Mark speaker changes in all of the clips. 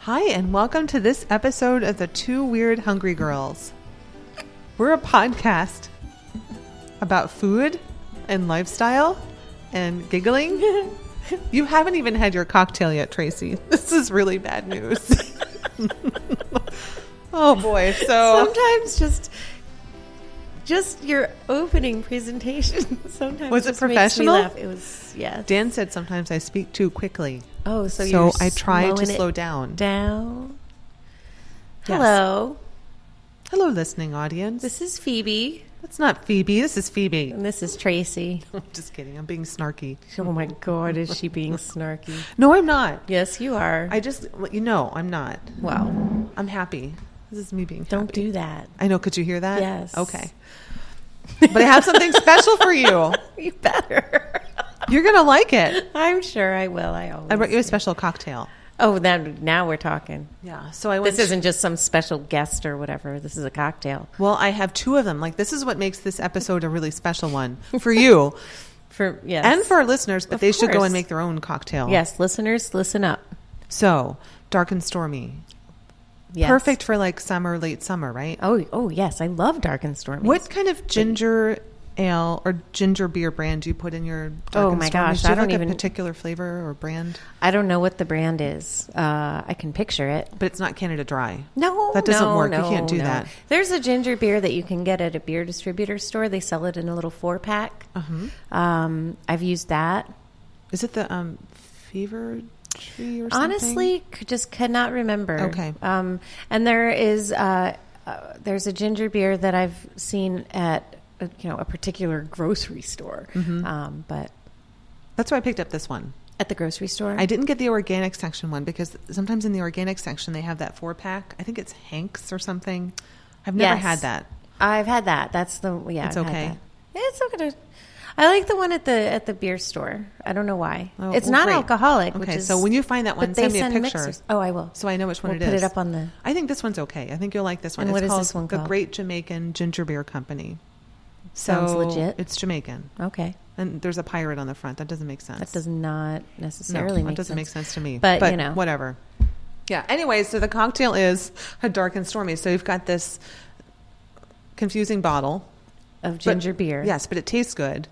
Speaker 1: Hi, and welcome to this episode of the Two Weird Hungry Girls. We're a podcast about food and lifestyle and giggling. You haven't even had your cocktail yet, Tracy. This is really bad news. oh boy. So,
Speaker 2: Sometimes just just your opening presentation. Sometimes
Speaker 1: Was it
Speaker 2: just makes me
Speaker 1: professional?
Speaker 2: laugh. It was yeah.
Speaker 1: Dan said sometimes I speak too quickly.
Speaker 2: oh, so
Speaker 1: so
Speaker 2: you're
Speaker 1: I try to
Speaker 2: slowing it
Speaker 1: slow down.
Speaker 2: down.
Speaker 1: Yes.
Speaker 2: Hello,
Speaker 1: Hello, listening audience.
Speaker 2: this is Phoebe
Speaker 1: That's not Phoebe. This is Phoebe.
Speaker 2: and this is Tracy.
Speaker 1: I'm just kidding. I'm being snarky.
Speaker 2: Oh my god, is she being snarky?
Speaker 1: No, I'm not.
Speaker 2: Yes, you are.
Speaker 1: I just, well, you know, I'm not.
Speaker 2: wow,
Speaker 1: I'm happy. This is me being
Speaker 2: don't
Speaker 1: happy.
Speaker 2: do that.
Speaker 1: I know. Could you hear that?
Speaker 2: Yes.
Speaker 1: Okay. But I have something special for you.
Speaker 2: You better.
Speaker 1: You're going to like it.
Speaker 2: I'm sure I will. I always.
Speaker 1: I brought you a special cocktail.
Speaker 2: oh, then now we're talking.
Speaker 1: Yeah. So I went.
Speaker 2: This isn't just some special guest or whatever. This is a cocktail
Speaker 1: Well, I have two of them. Like, this is what makes this episode a really special one for you
Speaker 2: for yes
Speaker 1: and for our listeners, but
Speaker 2: Of
Speaker 1: they should go
Speaker 2: course.
Speaker 1: and make their own cocktail.
Speaker 2: Yes, listeners, listen up.
Speaker 1: So, dark and stormy.
Speaker 2: Yes.
Speaker 1: Perfect for like summer, late summer, right?
Speaker 2: Oh, oh yes, I love dark and stormy.
Speaker 1: What kind of ginger ale or ginger beer brand do you put in your? Dark
Speaker 2: Oh
Speaker 1: and
Speaker 2: my
Speaker 1: Stormy? Do
Speaker 2: gosh,
Speaker 1: you
Speaker 2: I
Speaker 1: have,
Speaker 2: don't
Speaker 1: like
Speaker 2: even-
Speaker 1: a particular flavor or brand,
Speaker 2: I don't know what the brand is. Uh, I can picture it.
Speaker 1: but it's not Canada Dry.
Speaker 2: No,
Speaker 1: That doesn't
Speaker 2: no,
Speaker 1: work. You
Speaker 2: no,
Speaker 1: can't do
Speaker 2: no.
Speaker 1: that.
Speaker 2: There's a ginger beer that you can get at a beer distributor store. They sell it in a little four pack. Um, I've used that.
Speaker 1: Mm-hmm. Is it the um, Fever Tree or something?
Speaker 2: Honestly, could, just could not remember.
Speaker 1: Okay.
Speaker 2: Um, and there is uh, uh, there's a ginger beer that I've seen at uh, you know a particular grocery store,
Speaker 1: Mm-hmm.
Speaker 2: um, but
Speaker 1: that's why I picked up this one.
Speaker 2: at the grocery store,
Speaker 1: I didn't get the organic section one because sometimes in the organic section they have that four pack. I think it's Hanks or something. I've never
Speaker 2: Yes.
Speaker 1: had that.
Speaker 2: I've had that. That's the yeah.
Speaker 1: It's
Speaker 2: I've had
Speaker 1: okay.
Speaker 2: that. Yeah, it's okay. to- I like the one at the at the beer store. I don't know why.
Speaker 1: Oh,
Speaker 2: it's
Speaker 1: well,
Speaker 2: not
Speaker 1: great.
Speaker 2: alcoholic.
Speaker 1: Okay,
Speaker 2: which is,
Speaker 1: so when you find that
Speaker 2: but
Speaker 1: one,
Speaker 2: they
Speaker 1: send me a
Speaker 2: send
Speaker 1: picture.
Speaker 2: mixers. Oh, I will.
Speaker 1: So I know which one
Speaker 2: We'll
Speaker 1: it is.
Speaker 2: put it up on the-
Speaker 1: I think this one's okay. I think you'll like this one.
Speaker 2: And
Speaker 1: it's
Speaker 2: what is
Speaker 1: called
Speaker 2: this one
Speaker 1: The
Speaker 2: called?
Speaker 1: Great Jamaican Ginger Beer Company.
Speaker 2: Sounds
Speaker 1: So
Speaker 2: legit.
Speaker 1: It's Jamaican,
Speaker 2: okay,
Speaker 1: and there's a pirate on the front. That doesn't make sense.
Speaker 2: that does not
Speaker 1: No,
Speaker 2: necessarily
Speaker 1: that
Speaker 2: make
Speaker 1: doesn't
Speaker 2: sense.
Speaker 1: make sense to me.
Speaker 2: But, you know,
Speaker 1: whatever. Yeah. Anyway, so the cocktail is a dark and stormy. So you've got this confusing bottle
Speaker 2: of
Speaker 1: but-
Speaker 2: ginger beer.
Speaker 1: Yes, but it tastes good.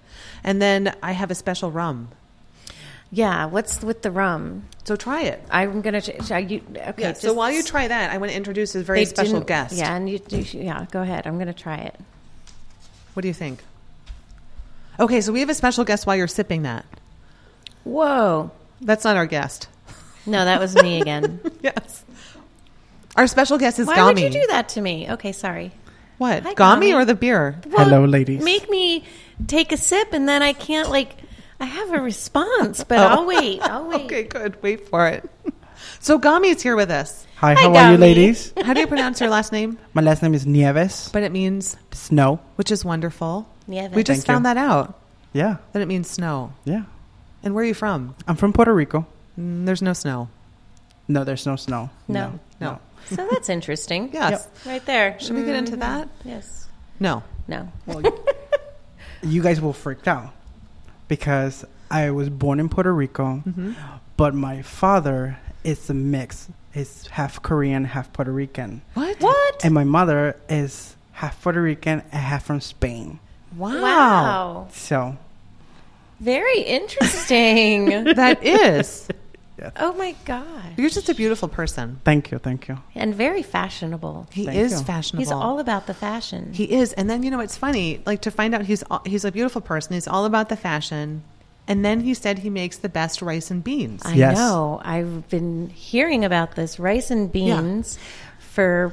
Speaker 1: And then I have a special rum.
Speaker 2: yeah. What's with the rum?
Speaker 1: So try it.
Speaker 2: I'm gonna. Ch- ch- you, okay,
Speaker 1: Yeah. so
Speaker 2: just-
Speaker 1: while you try that, I want to introduce a very
Speaker 2: they
Speaker 1: special
Speaker 2: didn't-
Speaker 1: guest.
Speaker 2: Yeah, and you, you. Yeah, go ahead. I'm gonna try it.
Speaker 1: What do you think? Okay, so we have a special guest while you're sipping that.
Speaker 2: Whoa!
Speaker 1: That's not our guest.
Speaker 2: No, that was me again.
Speaker 1: yes. Our special guest is
Speaker 2: why
Speaker 1: Gami.
Speaker 2: would you do that to me? Okay, sorry.
Speaker 1: What?
Speaker 2: Hi,
Speaker 1: Gami,
Speaker 2: Gami.
Speaker 1: or the beer?
Speaker 2: Well,
Speaker 3: Hello, ladies.
Speaker 2: Make me take a sip, and then I can't like. I have a response, but
Speaker 1: Oh.
Speaker 2: I'll wait. I'll wait.
Speaker 1: Okay, good. Wait for it. So Gami is here with us.
Speaker 3: Hi,
Speaker 2: Hi,
Speaker 3: how are you,
Speaker 2: Gami.
Speaker 3: ladies?
Speaker 1: How do you pronounce your last name?
Speaker 3: My last name is Nieves.
Speaker 1: But it means,
Speaker 3: Snow.
Speaker 1: which is wonderful.
Speaker 2: Nieves.
Speaker 1: We just
Speaker 3: Thank
Speaker 1: found
Speaker 3: you.
Speaker 1: that out,
Speaker 3: Yeah,
Speaker 1: that it means snow.
Speaker 3: yeah.
Speaker 1: And where are you from?
Speaker 3: I'm from Puerto Rico.
Speaker 1: Mm, There's no snow.
Speaker 3: No, there's no snow.
Speaker 2: No.
Speaker 1: No.
Speaker 2: So that's interesting.
Speaker 1: Yes.
Speaker 2: Right there. Mm-hmm.
Speaker 1: Should we get into that?
Speaker 2: Yes.
Speaker 1: No.
Speaker 2: No.
Speaker 3: You guys will freak out because I was born in Puerto Rico, but my father is a mix. He's half Korean, half Puerto Rican.
Speaker 1: What?
Speaker 2: What?
Speaker 3: And my mother is half Puerto Rican and half from Spain.
Speaker 1: Wow.
Speaker 2: Wow.
Speaker 3: So,
Speaker 2: Very interesting.
Speaker 1: That is.
Speaker 2: oh my god.
Speaker 1: You're just a beautiful person.
Speaker 3: thank you, thank you.
Speaker 2: And very fashionable.
Speaker 1: He
Speaker 3: Thank
Speaker 1: is
Speaker 3: you.
Speaker 1: fashionable.
Speaker 2: He's all about the fashion.
Speaker 1: He is, and then you know it's funny, like to find out he's all- he's a beautiful person. He's all about the fashion, and then he said he makes the best rice and beans.
Speaker 2: I
Speaker 3: Yes.
Speaker 2: know. I've been hearing about this rice and beans for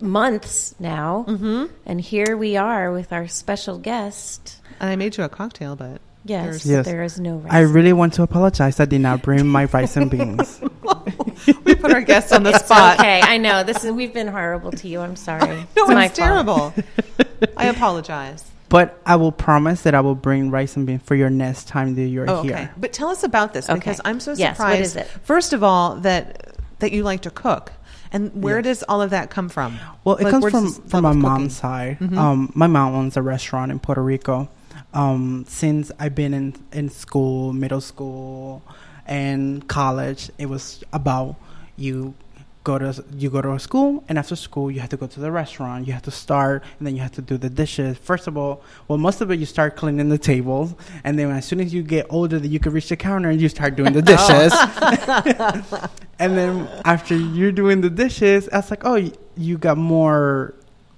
Speaker 2: months now. Mm-hmm. And here we are with our special guest.
Speaker 1: and I made you a cocktail, but
Speaker 2: Yes,
Speaker 3: Yes.
Speaker 2: there is no rice.
Speaker 3: I really want to apologize. I did not bring my rice and beans.
Speaker 1: we put our guests on the
Speaker 2: It's
Speaker 1: spot.
Speaker 2: okay, I know. This is we've been horrible to you. I'm sorry.
Speaker 1: No,
Speaker 2: it's
Speaker 1: it's,
Speaker 2: my fault.
Speaker 1: terrible. I apologize.
Speaker 3: But I will promise that I will bring rice and bean for your next time that you're
Speaker 1: Oh, okay,
Speaker 3: here.
Speaker 1: but tell us about this because
Speaker 2: Okay.
Speaker 1: I'm so surprised.
Speaker 2: Yes, what is it?
Speaker 1: First of all, that that you like to cook, and where does all of that come from?
Speaker 3: Well, it
Speaker 1: Like,
Speaker 3: comes
Speaker 1: where does
Speaker 3: from,
Speaker 1: this
Speaker 3: from my
Speaker 1: love of
Speaker 3: mom's
Speaker 1: cooking? Mm-hmm.
Speaker 3: side. Um, my mom owns a restaurant in Puerto Rico. Um, since I've been in, in school, middle school, and college, it was about you go to you go to a school and after school you have to go to the restaurant you have to start and then you have to do the dishes first of all well most of it you start cleaning the tables and then as soon as you get older that you can reach the counter and you start doing the
Speaker 1: Oh.
Speaker 3: dishes and then after you're doing the dishes it's like oh you, you got more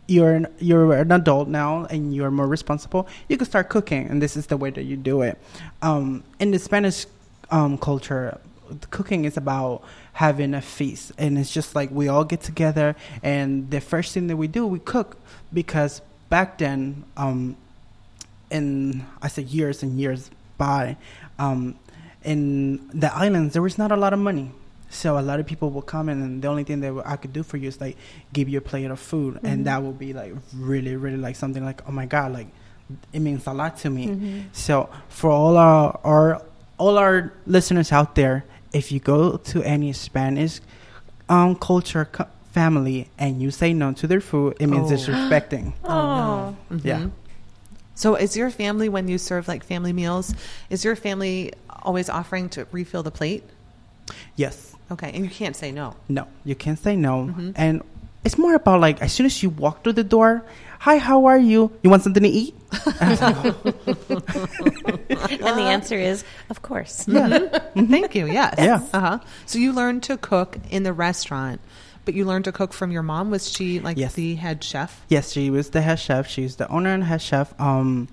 Speaker 3: you're an, you're an adult now and you're more responsible you can start cooking and this is the way that you do it um, in the spanish um, culture cooking is about having a feast and it's just like we all get together and the first thing that we do we cook because back then um in i say years and years by um in the islands there was not a lot of money so a lot of people will come in and the only thing that i could do for you is like give you a plate of food mm-hmm. and that will be like really really like something like oh my god like it means a lot to me mm-hmm. so for all our, our all our listeners out there if you go to any Spanish um, culture co- family and you say no to their food, it means oh. disrespecting.
Speaker 2: oh, no.
Speaker 3: Mm-hmm. yeah.
Speaker 1: So, is your family when you serve like family meals? Is your family always offering to refill the plate?
Speaker 3: Yes.
Speaker 1: Okay, and you can't say no.
Speaker 3: No, you can't say no, mm-hmm. and it's more about like as soon as you walk through the door, hi, how are you? You want something to eat?
Speaker 2: and Oh. the answer is, of course.
Speaker 1: Yeah. Mm-hmm. Thank you. Yes.
Speaker 3: Yeah.
Speaker 1: Uh-huh. So you learned to cook in the restaurant, but you learned to cook from your mom. Was she like
Speaker 3: yes.
Speaker 1: the head chef?
Speaker 3: Yes, she was the head chef. She's the owner and head chef. Um,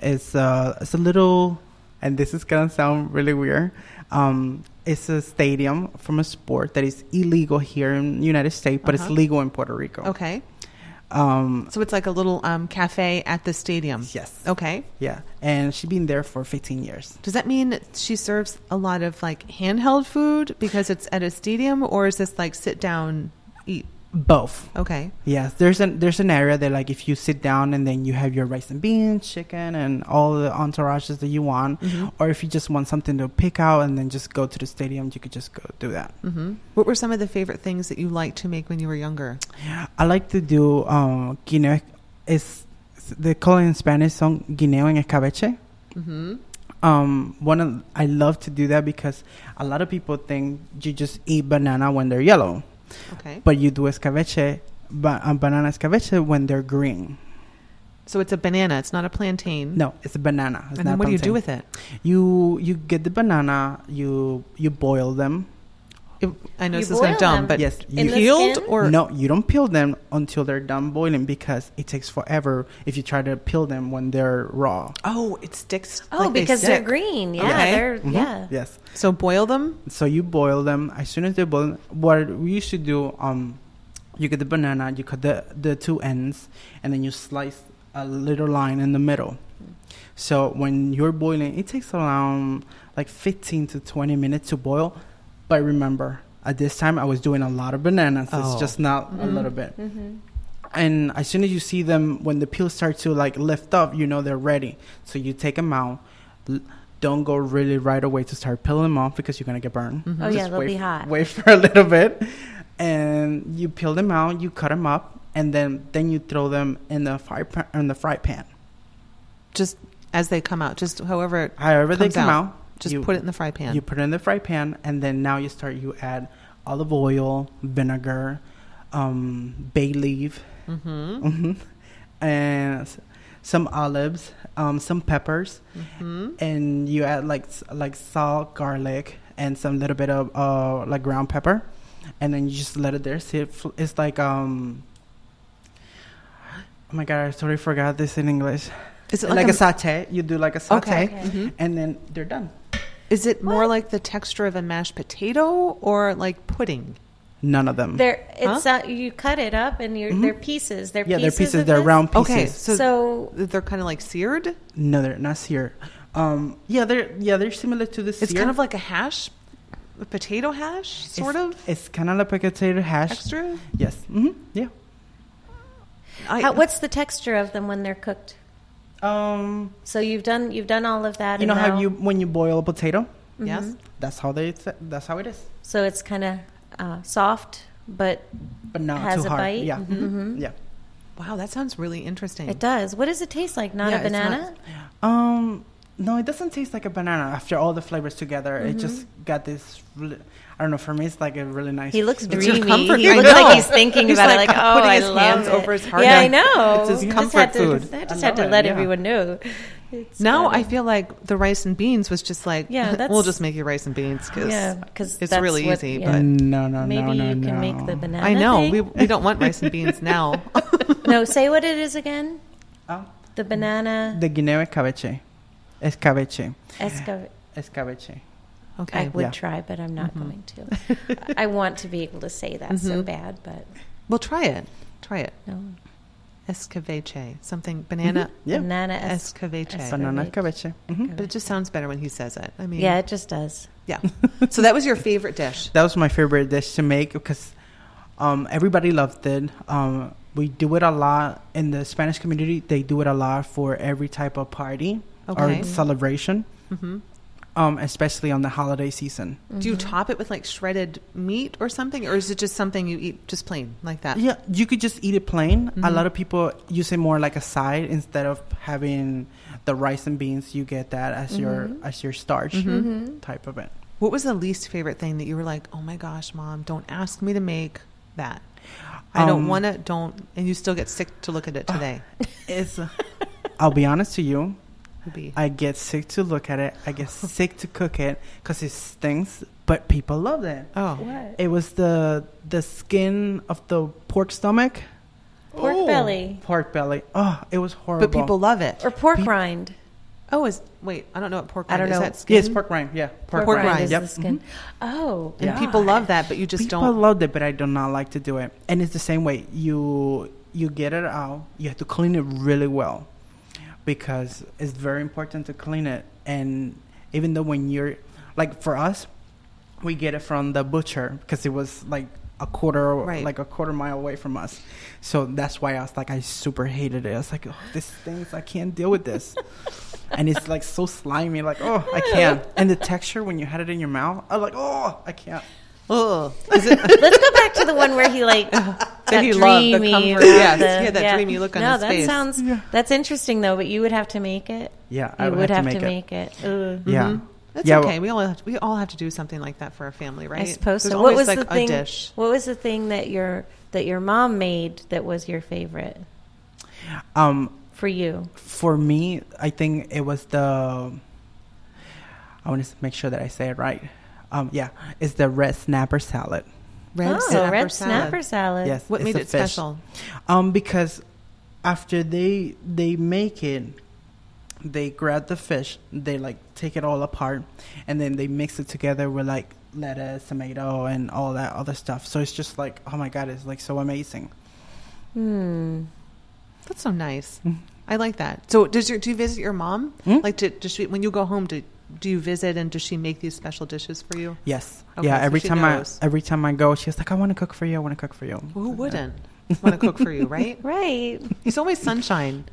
Speaker 3: it's uh, it's a little, and this is gonna sound really weird. Um, it's a stadium from a sport that is illegal here in the United States, but uh-huh. it's legal in Puerto Rico.
Speaker 1: Okay.
Speaker 3: Um,
Speaker 1: so it's like a little um, cafe at the stadium.
Speaker 3: Yes.
Speaker 1: Okay.
Speaker 3: Yeah, and she's been there for 15 years.
Speaker 1: Does that mean she serves a lot of like handheld food because it's at a stadium, or is this like sit down, eat?
Speaker 3: Both.
Speaker 1: Okay.
Speaker 3: Yes, there's an there's an area that like if you sit down and then you have your rice and beans, chicken, and all the entourages that you want, mm-hmm. or if you just want something to pick out and then just go to the stadium, you could just go do that.
Speaker 1: Mm-hmm. What were some of the favorite things that you liked to make when you were younger?
Speaker 3: I like to do um, guineo. It's they call it in Spanish son guineo en escabeche. Mm-hmm. Um, one of, I love to do that because a lot of people think you just eat banana when they're yellow.
Speaker 1: Okay.
Speaker 3: But you do escabeche, ba- um, banana escabeche when they're green.
Speaker 1: So it's a banana. It's not a plantain.
Speaker 3: No, it's a banana. It's
Speaker 1: and then what do you do with it?
Speaker 3: You you get the banana. You you boil them.
Speaker 1: It, I know you this is kind of dumb, but
Speaker 3: yes,
Speaker 1: you peeled or
Speaker 3: no? You don't peel them until they're done boiling because it takes forever if you try to peel them when they're raw.
Speaker 1: Oh, it sticks.
Speaker 2: Oh,
Speaker 1: like
Speaker 2: because
Speaker 1: they
Speaker 2: are green. Yeah, okay. they're mm-hmm. yeah.
Speaker 3: Yes.
Speaker 1: So boil them.
Speaker 3: So you boil them as soon as they boil. What we used to do, um, you get the banana, you cut the the two ends, and then you slice a little line in the middle. So when you're boiling, it takes around like 15 to 20 minutes to boil. But remember, at this time I was doing a lot of bananas. Oh. It's just not mm-hmm. a little bit. Mm-hmm. And as soon as you see them, when the peels start to like lift up, you know they're ready. So you take them out. L- don't go really right away to start peeling them off because you're gonna get burned.
Speaker 2: Mm-hmm. Oh just yeah, they'll
Speaker 3: wait,
Speaker 2: be hot.
Speaker 3: Wait for a little bit, and you peel them out. You cut them up, and then then you throw them in the fry pan, in the fry pan.
Speaker 1: Just as they come out, just however
Speaker 3: however they come out, out
Speaker 1: just
Speaker 3: you,
Speaker 1: put it in the fry pan.
Speaker 3: You put it in the fry pan, and then now you start. You add olive oil, vinegar, um, bay leaf,
Speaker 1: mm-hmm.
Speaker 3: Mm-hmm. and some olives, um, some peppers, mm-hmm. and you add like like salt, garlic, and some little bit of uh, like ground pepper, and then you just let it there sit. It's like um, oh my god, I totally forgot this in English.
Speaker 1: Is it
Speaker 3: like,
Speaker 1: like Mm-hmm.
Speaker 3: a, a, satay? You do like a satay, okay, okay. and then they're done.
Speaker 1: Is it more what? like the texture of a mashed potato or like pudding?
Speaker 3: None of them.
Speaker 2: They're it's huh? uh, you cut it up and you're, mm-hmm. they're pieces. They're
Speaker 3: yeah,
Speaker 2: pieces
Speaker 3: they're pieces.
Speaker 2: Of
Speaker 3: they're
Speaker 2: this?
Speaker 3: round pieces.
Speaker 1: Okay, so,
Speaker 2: so
Speaker 1: they're kind of like seared.
Speaker 3: No, they're not seared. Um, yeah, they're yeah they're similar to the.
Speaker 1: It's
Speaker 3: sear.
Speaker 1: kind of like a hash, a potato hash, sort
Speaker 3: it's,
Speaker 1: of.
Speaker 3: It's kind of like a potato hash.
Speaker 1: Extra.
Speaker 3: Yes. Mm-hmm. Yeah.
Speaker 2: I, How, what's the texture of them when they're cooked?
Speaker 3: Um,
Speaker 2: so you've done you've done all of that.
Speaker 3: You know
Speaker 2: now,
Speaker 3: how you when you boil a potato?
Speaker 1: Mm-hmm. Yes,
Speaker 3: that's how they. That's how it is.
Speaker 2: So it's kind of uh, soft, but
Speaker 3: but not
Speaker 2: has
Speaker 3: too
Speaker 2: a
Speaker 3: hard.
Speaker 2: bite.
Speaker 3: Yeah, mm-hmm. Mm-hmm. yeah.
Speaker 1: Wow, that sounds really interesting.
Speaker 2: It does. What does it taste like? Not
Speaker 3: yeah,
Speaker 2: a banana.
Speaker 3: Not, um, No, it doesn't taste like a banana. After all the flavors together,
Speaker 2: Mm-hmm.
Speaker 3: it just got this. Really, I don't know. For me, it's like a really nice.
Speaker 2: He looks
Speaker 1: It's your
Speaker 2: dreamy.
Speaker 1: comfort
Speaker 2: He
Speaker 1: food.
Speaker 2: looks
Speaker 1: I know.
Speaker 2: like he's thinking
Speaker 1: He's
Speaker 2: about
Speaker 1: like
Speaker 2: it, like, oh,
Speaker 1: putting
Speaker 2: I
Speaker 1: his hands
Speaker 2: love
Speaker 1: over
Speaker 2: it.
Speaker 1: his heart.
Speaker 2: Yeah, I
Speaker 1: Yeah.
Speaker 2: know.
Speaker 1: It's his
Speaker 2: You just
Speaker 1: comfort
Speaker 2: had to-
Speaker 1: food.
Speaker 2: I just
Speaker 3: I
Speaker 2: had to
Speaker 3: love it,
Speaker 2: let
Speaker 3: yeah.
Speaker 2: everyone know. It's
Speaker 1: Now
Speaker 2: funny.
Speaker 1: I feel like the rice and beans was just like,
Speaker 2: Yeah,
Speaker 1: yeah,
Speaker 2: that's-
Speaker 1: we'll just make you rice and beans because
Speaker 2: Yeah, 'cause
Speaker 1: it's
Speaker 2: that's
Speaker 1: really
Speaker 2: what-
Speaker 1: easy.
Speaker 2: yeah.
Speaker 3: Uh, no, no,
Speaker 2: Maybe
Speaker 3: no, no,
Speaker 2: you can
Speaker 3: no.
Speaker 2: make the
Speaker 1: But
Speaker 2: banana.
Speaker 1: I know we,
Speaker 2: thing.
Speaker 1: we don't want rice and beans now.
Speaker 2: no, say what it is again.
Speaker 3: Oh,
Speaker 2: The banana
Speaker 3: the Guinea escabeche, escabeche,
Speaker 2: esca-
Speaker 3: escabeche.
Speaker 2: I
Speaker 1: okay.
Speaker 2: would
Speaker 3: yeah.
Speaker 2: try, but I'm
Speaker 1: Mm-hmm.
Speaker 2: not going to. I want to be able to say that so bad, but
Speaker 1: Well, try it. Try it.
Speaker 2: no.
Speaker 1: Escabeche. Something banana
Speaker 3: Mm-hmm. Yeah.
Speaker 2: Banana Mm-hmm. es-
Speaker 1: escabeche.
Speaker 2: es-
Speaker 3: Banana
Speaker 2: Escabeche.
Speaker 3: escabeche. Mhm.
Speaker 1: But it just sounds better when he says it. I mean,
Speaker 2: Yeah, it just does.
Speaker 1: yeah. so that was your favorite dish.
Speaker 3: That was my favorite dish to make because um, everybody loved it. Um, we do it a lot in the Spanish community. They do it a lot for every type of party
Speaker 1: Okay.
Speaker 3: or celebration,
Speaker 1: hmm
Speaker 3: um, especially on the holiday season.
Speaker 1: Do
Speaker 2: Mm-hmm.
Speaker 1: you top it with like shredded meat or something, or is it just something you eat just plain like that?
Speaker 3: Yeah, you could just eat it plain. A
Speaker 1: Mhm.
Speaker 3: lot of people use it more like a side instead of having the rice and beans. You get that as your
Speaker 1: Mm-hmm.
Speaker 3: as your starch type of it.
Speaker 1: What was the least favorite thing that you were like, oh my gosh, mom, don't ask me to make that. I don't
Speaker 3: Um, uh,
Speaker 1: want to. Don't. And you still get sick to look at it today.
Speaker 3: It's, I'll be honest to you,
Speaker 1: Would be-
Speaker 3: I get sick to look at it. I get sick to cook it because it stinks, but people love it.
Speaker 1: oh,
Speaker 2: What?
Speaker 3: It was the the skin of the pork stomach,
Speaker 2: Pork
Speaker 1: Oh.
Speaker 2: belly
Speaker 3: pork belly. Oh, it was horrible.
Speaker 1: but people love it.
Speaker 2: or pork rind.
Speaker 1: Oh, is wait, I don't know what pork.
Speaker 2: I don't
Speaker 1: rind is.
Speaker 2: know.
Speaker 1: That skin?
Speaker 3: yes, pork rind. Yeah,
Speaker 1: Pork rind. Mm-hmm.
Speaker 2: is
Speaker 3: Yep.
Speaker 2: the skin. Oh,
Speaker 1: And
Speaker 3: Yeah.
Speaker 1: people love that, but you just
Speaker 3: people
Speaker 1: don't.
Speaker 3: loved it, but I do not like to do it. And it's the same way. You you get it out. You have to clean it really well because it's very important to clean it. And even though when you're like for us, we get it from the butcher because it was like a quarter
Speaker 1: Right.
Speaker 3: like a quarter mile away from us. So that's why I was like I super hated it. I was like, oh, this things I can't deal with this. and it's like so slimy, like oh I can't. And the texture when you had it in your mouth, I was like oh I can't.
Speaker 1: Ugh. Is it,
Speaker 2: Let's go back to the one where he like that
Speaker 1: he loved the
Speaker 2: dreamy.
Speaker 1: comfort.
Speaker 2: about
Speaker 1: Yes,
Speaker 2: the-
Speaker 1: he had that dreamy look on
Speaker 2: no,
Speaker 1: his
Speaker 2: that
Speaker 1: face.
Speaker 2: sounds that's interesting though. But you would have to make it.
Speaker 3: Yeah,
Speaker 2: you would have, to make it. Mm-hmm. Ugh.
Speaker 3: Yeah,
Speaker 1: Mm-hmm. that's
Speaker 3: yeah.
Speaker 1: okay. We all have to, we all have to do something like that for our family, right?
Speaker 2: I suppose
Speaker 1: There's
Speaker 2: so. What
Speaker 1: always
Speaker 2: was
Speaker 1: like
Speaker 2: the
Speaker 1: a
Speaker 2: thing?
Speaker 1: dish.
Speaker 2: What was the thing that your that your mom made that was your favorite
Speaker 3: Um,
Speaker 2: for you?
Speaker 3: for me, I think it was the. I want to make sure that I say it right. Um, yeah, it's the red snapper salad.
Speaker 1: Red
Speaker 2: oh,
Speaker 1: snapper
Speaker 2: red
Speaker 1: salad.
Speaker 2: snapper salad.
Speaker 3: Yes,
Speaker 1: What
Speaker 3: it's
Speaker 1: made
Speaker 3: a
Speaker 1: it
Speaker 3: fish.
Speaker 1: special?
Speaker 3: Um, because after they they make it, they grab the fish, they like take it all apart, and then they mix it together with like lettuce, tomato, and all that other stuff. So it's just like, oh my god, it's like so amazing.
Speaker 2: Hmm.
Speaker 1: That's so nice. I like that. So, does your do you visit your mom?
Speaker 3: Mm.
Speaker 1: Like, do, does she when you go home? Do do you visit and does she make these special dishes for you?
Speaker 3: Yes.
Speaker 1: Okay,
Speaker 3: yeah.
Speaker 1: so
Speaker 3: Every
Speaker 1: she
Speaker 3: time
Speaker 1: knows.
Speaker 3: I every time I go, she's like, I want to cook for you. I want to cook for you.
Speaker 1: Well, who wouldn't want to cook for you, right?
Speaker 2: Right.
Speaker 1: He's always sunshine.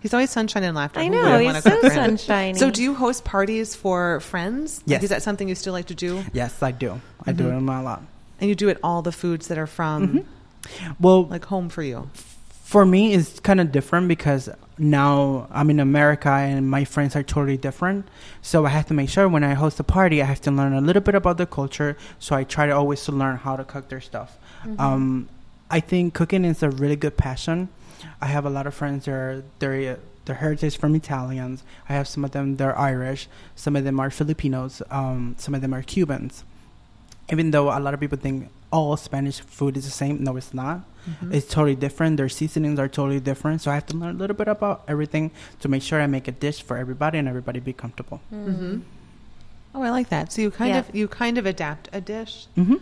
Speaker 1: He's always sunshine and laughter.
Speaker 2: I
Speaker 1: Who
Speaker 2: know.
Speaker 1: wouldn't wanna
Speaker 2: He's
Speaker 1: cook
Speaker 2: so
Speaker 1: for him?
Speaker 2: sunshiny.
Speaker 1: So, do you host parties for friends? Like,
Speaker 3: Yes.
Speaker 1: is that something you still like to do?
Speaker 3: Yes, I do. I do it
Speaker 1: Mm-hmm.
Speaker 3: a lot.
Speaker 1: And you do it all the foods that are from
Speaker 3: Well,
Speaker 1: like home for you.
Speaker 3: for me, it's kind of different because now I'm in America and my friends are totally different. So I have to make sure when I host a party, I have to learn a little bit about the culture. So I try to always to learn how to cook their stuff. Um, I think cooking is a really good passion. I have a lot of friends that are they're their heritage from Italians. I have some of them they're Irish. Some of them are Filipinos. Um, some of them are Cubans. Even though a lot of people think all Spanish food is the same, no, it's not.
Speaker 1: Mm-hmm.
Speaker 3: It's totally different. Their seasonings are totally different. So I have to learn a little bit about everything to make sure I make a dish for everybody and everybody be comfortable.
Speaker 1: hmm Oh, I like that. So you kind
Speaker 2: Yeah.
Speaker 1: of you kind of adapt a dish.
Speaker 3: hmm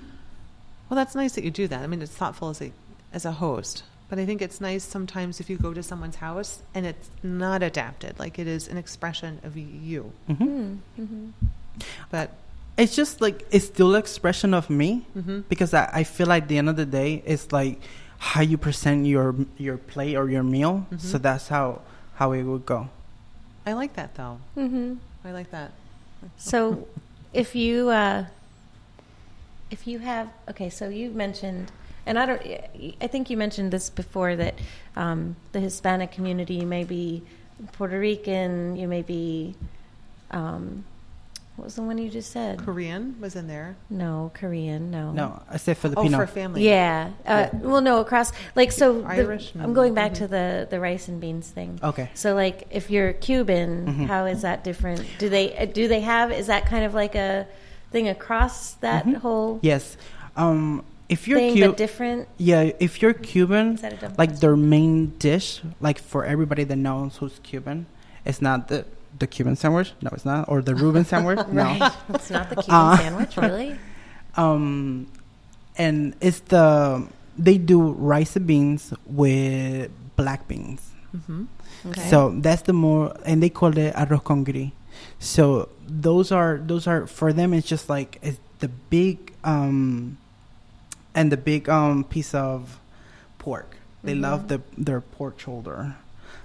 Speaker 1: Well, that's nice that you do that. I mean, it's thoughtful as a as a host, but I think it's nice sometimes if you go to someone's house and it's not adapted, like it is an expression of you.
Speaker 2: Hmm. Mm-hmm.
Speaker 1: But
Speaker 3: Mm-hmm. It's just like it's still expression of me
Speaker 1: mm-hmm.
Speaker 3: because I, I feel like at the end of the day it's like how you present your your plate or your meal.
Speaker 1: Mm-hmm.
Speaker 3: So that's how how it would go.
Speaker 1: I like that though.
Speaker 2: hmm
Speaker 1: I like that.
Speaker 2: So, if you uh, if you have okay, so you mentioned, and I don't, I think you mentioned this before that um, the Hispanic community, you may be Puerto Rican, you may be Um, what was the one you just said?
Speaker 1: Korean was in there.
Speaker 2: no, Korean. No.
Speaker 3: No, I said
Speaker 1: Oh,
Speaker 3: Filipino.
Speaker 1: for family.
Speaker 2: Yeah. Uh, well, no, across like so. the-
Speaker 1: Irish and-
Speaker 2: I'm going back to the the rice and beans thing.
Speaker 3: Okay.
Speaker 2: So like, if you're Cuban,
Speaker 3: Mm-hmm.
Speaker 2: how is that different? Do they uh, do they have? Is that kind of like a thing across that whole
Speaker 3: Yes. Um, if Mm-hmm. you're
Speaker 2: thing,
Speaker 3: Cuban,
Speaker 2: but different?
Speaker 3: yeah, if you're Cuban,
Speaker 2: Is that a double
Speaker 3: like their main dish, like for everybody that knows who's Cuban, it's not the the Cuban sandwich. No, it's not, or the Reuben sandwich. No.
Speaker 2: Right. It's not the Cuban
Speaker 3: Uh.
Speaker 2: sandwich, really.
Speaker 3: Um, and it's the they do rice and beans with black beans.
Speaker 1: Mm-hmm.
Speaker 2: Okay.
Speaker 3: So that's the more, and they call it arroz con gris. So those are those are for them. It's just like it's the big um, and the big um piece of pork. They
Speaker 1: Mm-hmm.
Speaker 3: love the their pork shoulder.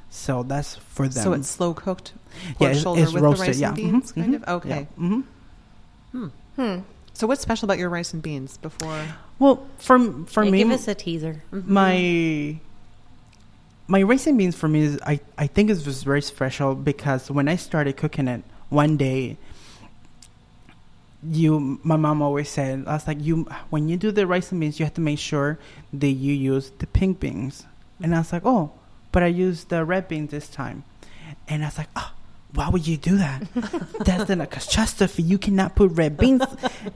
Speaker 3: So that's for them.
Speaker 1: So it's slow cooked pork
Speaker 3: Yeah, it's-
Speaker 1: shoulder
Speaker 3: it's
Speaker 1: with the
Speaker 3: roasted,
Speaker 1: rice
Speaker 3: yeah.
Speaker 1: and beans,
Speaker 3: Mhm,
Speaker 1: kind
Speaker 3: mhm,
Speaker 1: of. Okay.
Speaker 3: hmm
Speaker 2: hmm.
Speaker 1: So what's special about your rice and beans before? Mm-hmm.
Speaker 3: Well, for for
Speaker 2: Yeah,
Speaker 3: me,
Speaker 2: give us a teaser.
Speaker 3: Mm-hmm. my my rice and beans for me is I, I think it was very special because when I started cooking it one day you my mom always said I was like you when you do the rice and beans you have to make sure that you use the pink beans and I was like oh but I used the red beans this time and I was like oh why would you do that that's an a catastrophe you cannot put red beans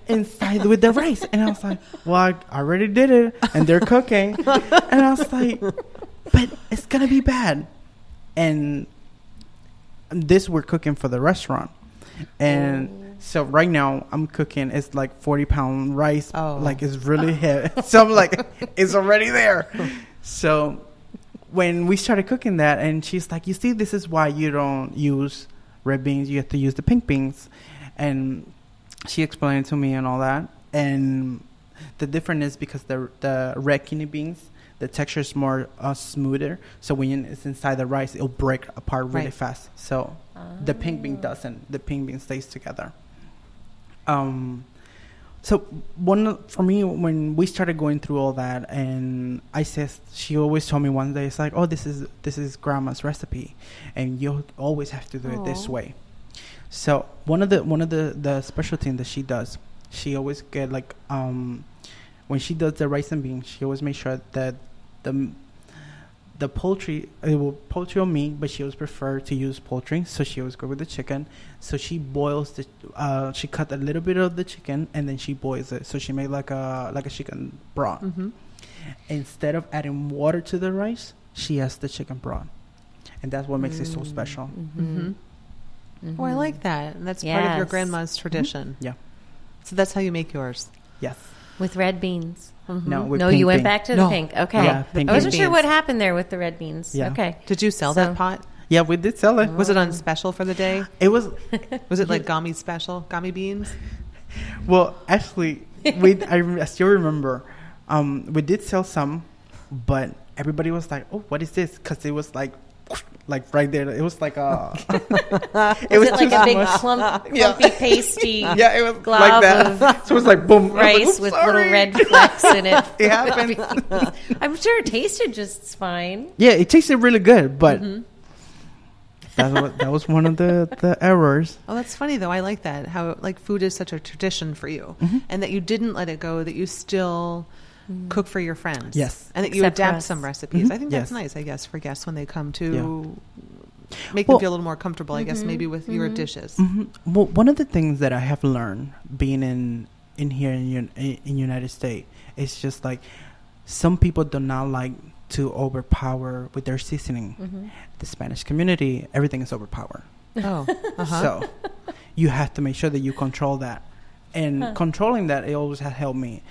Speaker 3: inside with the rice and I was like well I already did it and they're cooking and I was like, but it's gonna be bad. And this we're cooking for the restaurant, and
Speaker 2: Oh.
Speaker 3: so right now I'm cooking. It's like forty pound rice,
Speaker 1: Oh.
Speaker 3: like it's really heavy. so I'm like, it's already there. So when we started cooking that, and she's like, you see, this is why you don't use red beans. You have to use the pink beans, and she explained to me and all that. And the difference is because the the red kidney beans, the texture is more uh, smoother. So when it's inside the rice, it'll break apart really
Speaker 1: Right.
Speaker 3: fast. So
Speaker 2: uh,
Speaker 3: the pink bean doesn't. The pink bean stays together. Um, so one of- for me when we started going through all that, and I says she always told me one day it's like, oh, this is this is grandma's recipe, and you always have to do it this
Speaker 2: Aw.
Speaker 3: way. So one of the one of the the special thing that she does, she always get like um when she does the rice and beans, she always makes sure that the the poultry it will poultry on meat, but she always prefer to use poultry, so she always go with the chicken. So she boils the uh she cut a little bit of the chicken and then she boils it. So she made like a like a chicken broth.
Speaker 1: Mm-hmm.
Speaker 3: Instead of adding water to the rice, she has the chicken broth. And that's what makes it
Speaker 2: Mm-hmm.
Speaker 3: so special.
Speaker 1: Mm-hmm. Oh, I like that, and that's part of your
Speaker 2: Yes.
Speaker 1: grandma's tradition.
Speaker 3: Mm-hmm. Yeah.
Speaker 1: So that's how you make yours.
Speaker 3: Yes.
Speaker 2: Mm-hmm. with red beans.
Speaker 3: No, with
Speaker 2: no,
Speaker 3: pink
Speaker 2: you went
Speaker 3: bean.
Speaker 2: back to
Speaker 1: No.
Speaker 2: the pink. Okay,
Speaker 3: Yeah, pink
Speaker 2: I wasn't
Speaker 1: beans.
Speaker 2: sure what happened there with the red beans.
Speaker 3: Yeah.
Speaker 2: Okay,
Speaker 1: Did you sell
Speaker 2: So- Oh.
Speaker 1: that pot?
Speaker 3: Yeah, we did sell it.
Speaker 1: Was it on special for the day?
Speaker 3: It was
Speaker 1: Was it like gummy special, gummy beans?
Speaker 3: Well, actually, we I, rem- I still remember. Um, we did sell some, but everybody was like, "Oh, what is this?" Because it was like, like right there. It was like a.
Speaker 2: it was, it
Speaker 3: too
Speaker 2: like a big
Speaker 3: much.
Speaker 2: clump,
Speaker 3: Yeah.
Speaker 2: clumpy, pasty
Speaker 3: Yeah, it was like
Speaker 2: glob
Speaker 3: that. So it was like boom. I was like,
Speaker 2: rice
Speaker 3: "Oops,
Speaker 2: with
Speaker 3: sorry."
Speaker 2: little red flecks in it?
Speaker 3: It happened.
Speaker 2: I'm sure it tasted just fine.
Speaker 3: yeah, it tasted really good, but
Speaker 2: Mm-hmm.
Speaker 3: that was that was one of the the errors.
Speaker 1: Oh, that's funny though. I like that. How like food is such a tradition for you,
Speaker 3: Mm-hmm.
Speaker 1: and that you didn't let it go. That you still cook for your friends.
Speaker 3: Yes.
Speaker 1: and that you
Speaker 2: Mm. Except for
Speaker 1: adapt
Speaker 2: us.
Speaker 1: some recipes.
Speaker 3: Mhm.
Speaker 1: I think
Speaker 3: Yes.
Speaker 1: that's nice. I guess for guests when they come to make them
Speaker 3: Well-
Speaker 1: feel a little more comfortable. I guess
Speaker 2: Mm-hmm.
Speaker 1: maybe with your dishes.
Speaker 3: Mhm. Well, one of the things that I have learned being in in here in Un- in in United States is just like some people do not like to overpower with their seasoning.
Speaker 1: Mm-hmm.
Speaker 2: Mm-hmm.
Speaker 3: The Spanish community, everything is overpowered.
Speaker 1: Oh, uh-huh.
Speaker 3: Mm-hmm. So you have to make sure that you control that, and controlling that it always has helped me.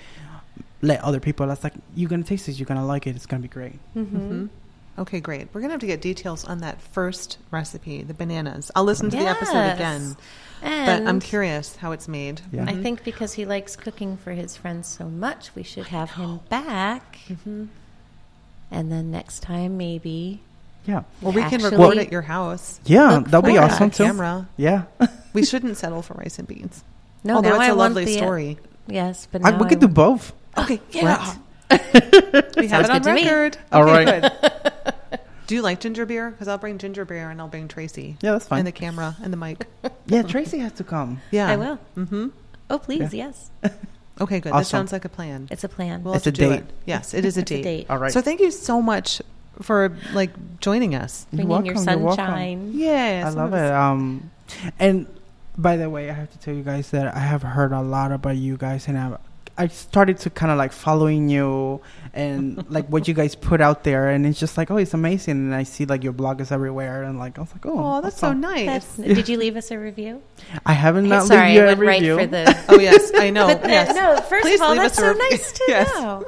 Speaker 3: Let other people. That's like you're gonna taste this. You're gonna like it. It's gonna be great.
Speaker 2: Mm-hmm.
Speaker 1: Mhm. Okay, great. We're gonna have to get details on that first recipe, the bananas. I'll listen to the episode
Speaker 2: Yes.
Speaker 1: again, but
Speaker 2: And
Speaker 1: I'm Mm-hmm. curious how it's made.
Speaker 3: Yeah.
Speaker 2: I think because he likes cooking for his friends so much, we should have him back.
Speaker 1: Mm-hmm.
Speaker 2: And then next time, maybe.
Speaker 3: Yeah.
Speaker 1: Well, we can
Speaker 2: Actually- Oh
Speaker 1: record at your house.
Speaker 3: Yeah,
Speaker 2: Look
Speaker 3: that'll be
Speaker 2: forward.
Speaker 3: awesome too.
Speaker 1: Camera.
Speaker 3: Yeah.
Speaker 1: We shouldn't settle for rice and beans.
Speaker 2: No,
Speaker 1: Although
Speaker 2: now
Speaker 1: it's
Speaker 2: I
Speaker 1: a
Speaker 2: want
Speaker 1: lovely
Speaker 2: the-
Speaker 1: story.
Speaker 2: Yes, but
Speaker 3: I,
Speaker 2: now
Speaker 3: we
Speaker 2: I
Speaker 3: could do
Speaker 2: want-
Speaker 3: both.
Speaker 1: Okay,
Speaker 2: yeah.
Speaker 1: We have
Speaker 2: Sounds
Speaker 1: it on
Speaker 2: good to me.
Speaker 1: record.
Speaker 3: All
Speaker 1: Okay,
Speaker 3: right.
Speaker 1: good. Do you like ginger beer? Because I'll bring ginger beer and I'll bring Tracy.
Speaker 3: Yeah, that's fine.
Speaker 1: And the camera and the mic.
Speaker 3: yeah, Tracy has to come.
Speaker 1: Yeah.
Speaker 2: I will.
Speaker 1: Mm-hmm.
Speaker 2: Oh, please, yes.
Speaker 1: Okay, good. That
Speaker 3: Awesome.
Speaker 1: sounds like a plan.
Speaker 2: It's a plan.
Speaker 1: We'll
Speaker 3: It's
Speaker 1: have
Speaker 3: a
Speaker 1: to do
Speaker 3: date.
Speaker 1: it. Yes, it is a
Speaker 2: It's a
Speaker 1: date.
Speaker 2: date.
Speaker 3: All right.
Speaker 1: So thank you so much for like joining us.
Speaker 3: You're
Speaker 2: Bringing your
Speaker 3: welcome, you're welcome.
Speaker 2: sunshine.
Speaker 1: Yeah,
Speaker 3: I love it. Um, and by the way, I have to tell you guys that I have heard a lot about you guys, and I I started to kind of like following you and like what you guys put out there, and it's just like oh, it's amazing. And I see like your blog is everywhere, and like I was like oh,
Speaker 1: Oh, that's so
Speaker 3: awesome.
Speaker 1: nice.
Speaker 2: That's, did you leave us a review?
Speaker 3: I haven't not
Speaker 2: Sorry,
Speaker 3: leave you
Speaker 2: I
Speaker 3: a
Speaker 2: went right
Speaker 3: review.
Speaker 2: for the.
Speaker 1: oh yes, I know.
Speaker 2: But the-
Speaker 1: yes.
Speaker 2: no, first
Speaker 1: Please
Speaker 2: of all,
Speaker 1: leave us
Speaker 2: that's
Speaker 1: a
Speaker 2: so
Speaker 1: review.
Speaker 2: nice to
Speaker 1: Yes.
Speaker 2: know.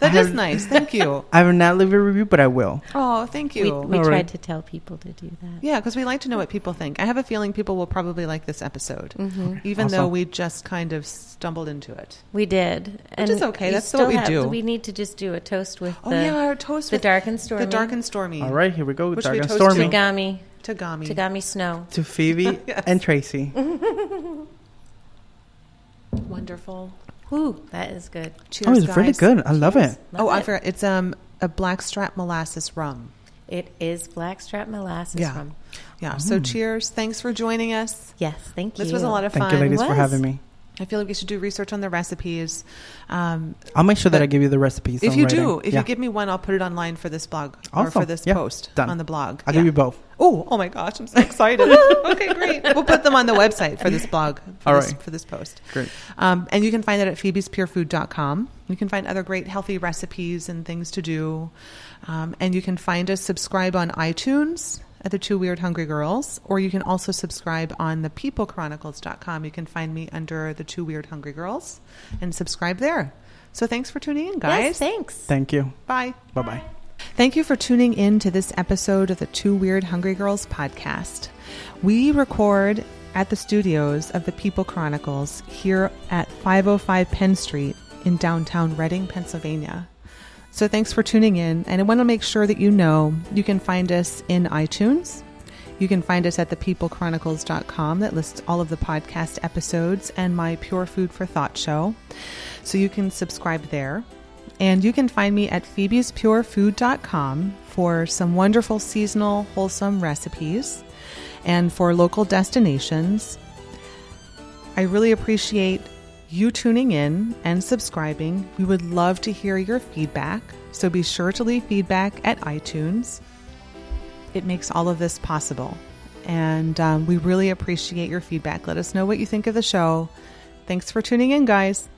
Speaker 1: That
Speaker 3: I
Speaker 1: is
Speaker 3: have-
Speaker 1: nice. Thank you.
Speaker 3: I have not leave a review, but I will.
Speaker 1: Oh, thank
Speaker 2: We,
Speaker 1: you.
Speaker 2: we
Speaker 3: All
Speaker 2: tried
Speaker 3: right.
Speaker 2: to tell people to do that.
Speaker 1: yeah, because we like to know what people think. I have a feeling people will probably like this episode,
Speaker 2: Mhm.
Speaker 1: even though
Speaker 3: Awesome.
Speaker 1: we just kind of stumbled into it.
Speaker 2: We did, and
Speaker 1: is okay.
Speaker 2: you
Speaker 1: That's what we
Speaker 2: still have-
Speaker 1: do.
Speaker 2: We need to just do a toast with
Speaker 1: Oh
Speaker 2: the
Speaker 1: yeah, our toast
Speaker 2: the
Speaker 1: with
Speaker 2: dark and stormy.
Speaker 1: the dark and stormy.
Speaker 3: All right, here we go.
Speaker 1: Which
Speaker 3: Dark
Speaker 1: we
Speaker 3: and
Speaker 1: toast
Speaker 3: stormy
Speaker 1: to-
Speaker 3: to,
Speaker 2: Tagami,
Speaker 1: Tagami.
Speaker 2: Tagami snow.
Speaker 3: Phoebe and Tracy.
Speaker 1: Mm-hmm.
Speaker 3: Oh,
Speaker 1: Wonderful.
Speaker 2: Ooh, that is good.
Speaker 1: Cheers,
Speaker 3: oh, it's
Speaker 1: guys.
Speaker 3: really good. I love it.
Speaker 1: oh, I
Speaker 2: it.
Speaker 1: forgot. It's um a blackstrap molasses rum.
Speaker 2: It is blackstrap molasses
Speaker 1: Yeah.
Speaker 2: from.
Speaker 1: Yeah. So
Speaker 3: Mm.
Speaker 1: cheers. Thanks for joining us.
Speaker 2: Yes, thank you.
Speaker 1: This was a lot of
Speaker 3: Thank
Speaker 1: fun.
Speaker 3: you, ladies, for
Speaker 2: was.
Speaker 3: having me.
Speaker 1: I feel like we should do research on the recipes. Um,
Speaker 3: I'll make sure that
Speaker 1: But
Speaker 3: I give you the recipes.
Speaker 1: if
Speaker 3: I'm
Speaker 1: you
Speaker 3: writing.
Speaker 1: do, if
Speaker 3: eh? Yeah.
Speaker 1: you give me one, I'll put it online for this blog or
Speaker 3: Awesome.
Speaker 1: for this
Speaker 3: Yeah.
Speaker 1: post
Speaker 3: Done.
Speaker 1: on the blog.
Speaker 3: I'll give you both.
Speaker 1: Oh, oh my gosh! I'm so excited. okay, great. We'll put them on the website for this blog. For
Speaker 3: All
Speaker 1: this,
Speaker 3: right.
Speaker 1: for this post.
Speaker 3: Great.
Speaker 1: Um, and you can find that at phoebespurefood.com. You can find other great healthy recipes and things to do. Um, and you can find us subscribe on iTunes at the Two Weird Hungry Girls, or you can also subscribe on the peoplechronicles.com. You can find me under the Two Weird Hungry Girls and subscribe there. So thanks for tuning in, guys.
Speaker 2: Yes, thanks.
Speaker 3: Thank you.
Speaker 1: Bye.
Speaker 3: Bye bye.
Speaker 1: Thank you for tuning in to this episode of the Two Weird Hungry Girls podcast. We record at the studios of the People Chronicles here at 505 Penn Street in downtown Reading, Pennsylvania. So thanks for tuning in. And I want to make sure that you know you can find us in iTunes. You can find us at thepeoplechronicles.com that lists all of the podcast episodes and my Pure Food for Thought show. So you can subscribe there. And you can find me at phoebespurefood.com for some wonderful seasonal wholesome recipes and for local destinations. I really appreciate you tuning in and subscribing. We would love to hear your feedback, so be sure to leave feedback at iTunes. It makes all of this possible. And um, we really appreciate your feedback. Let us know what you think of the show. Thanks for tuning in, guys.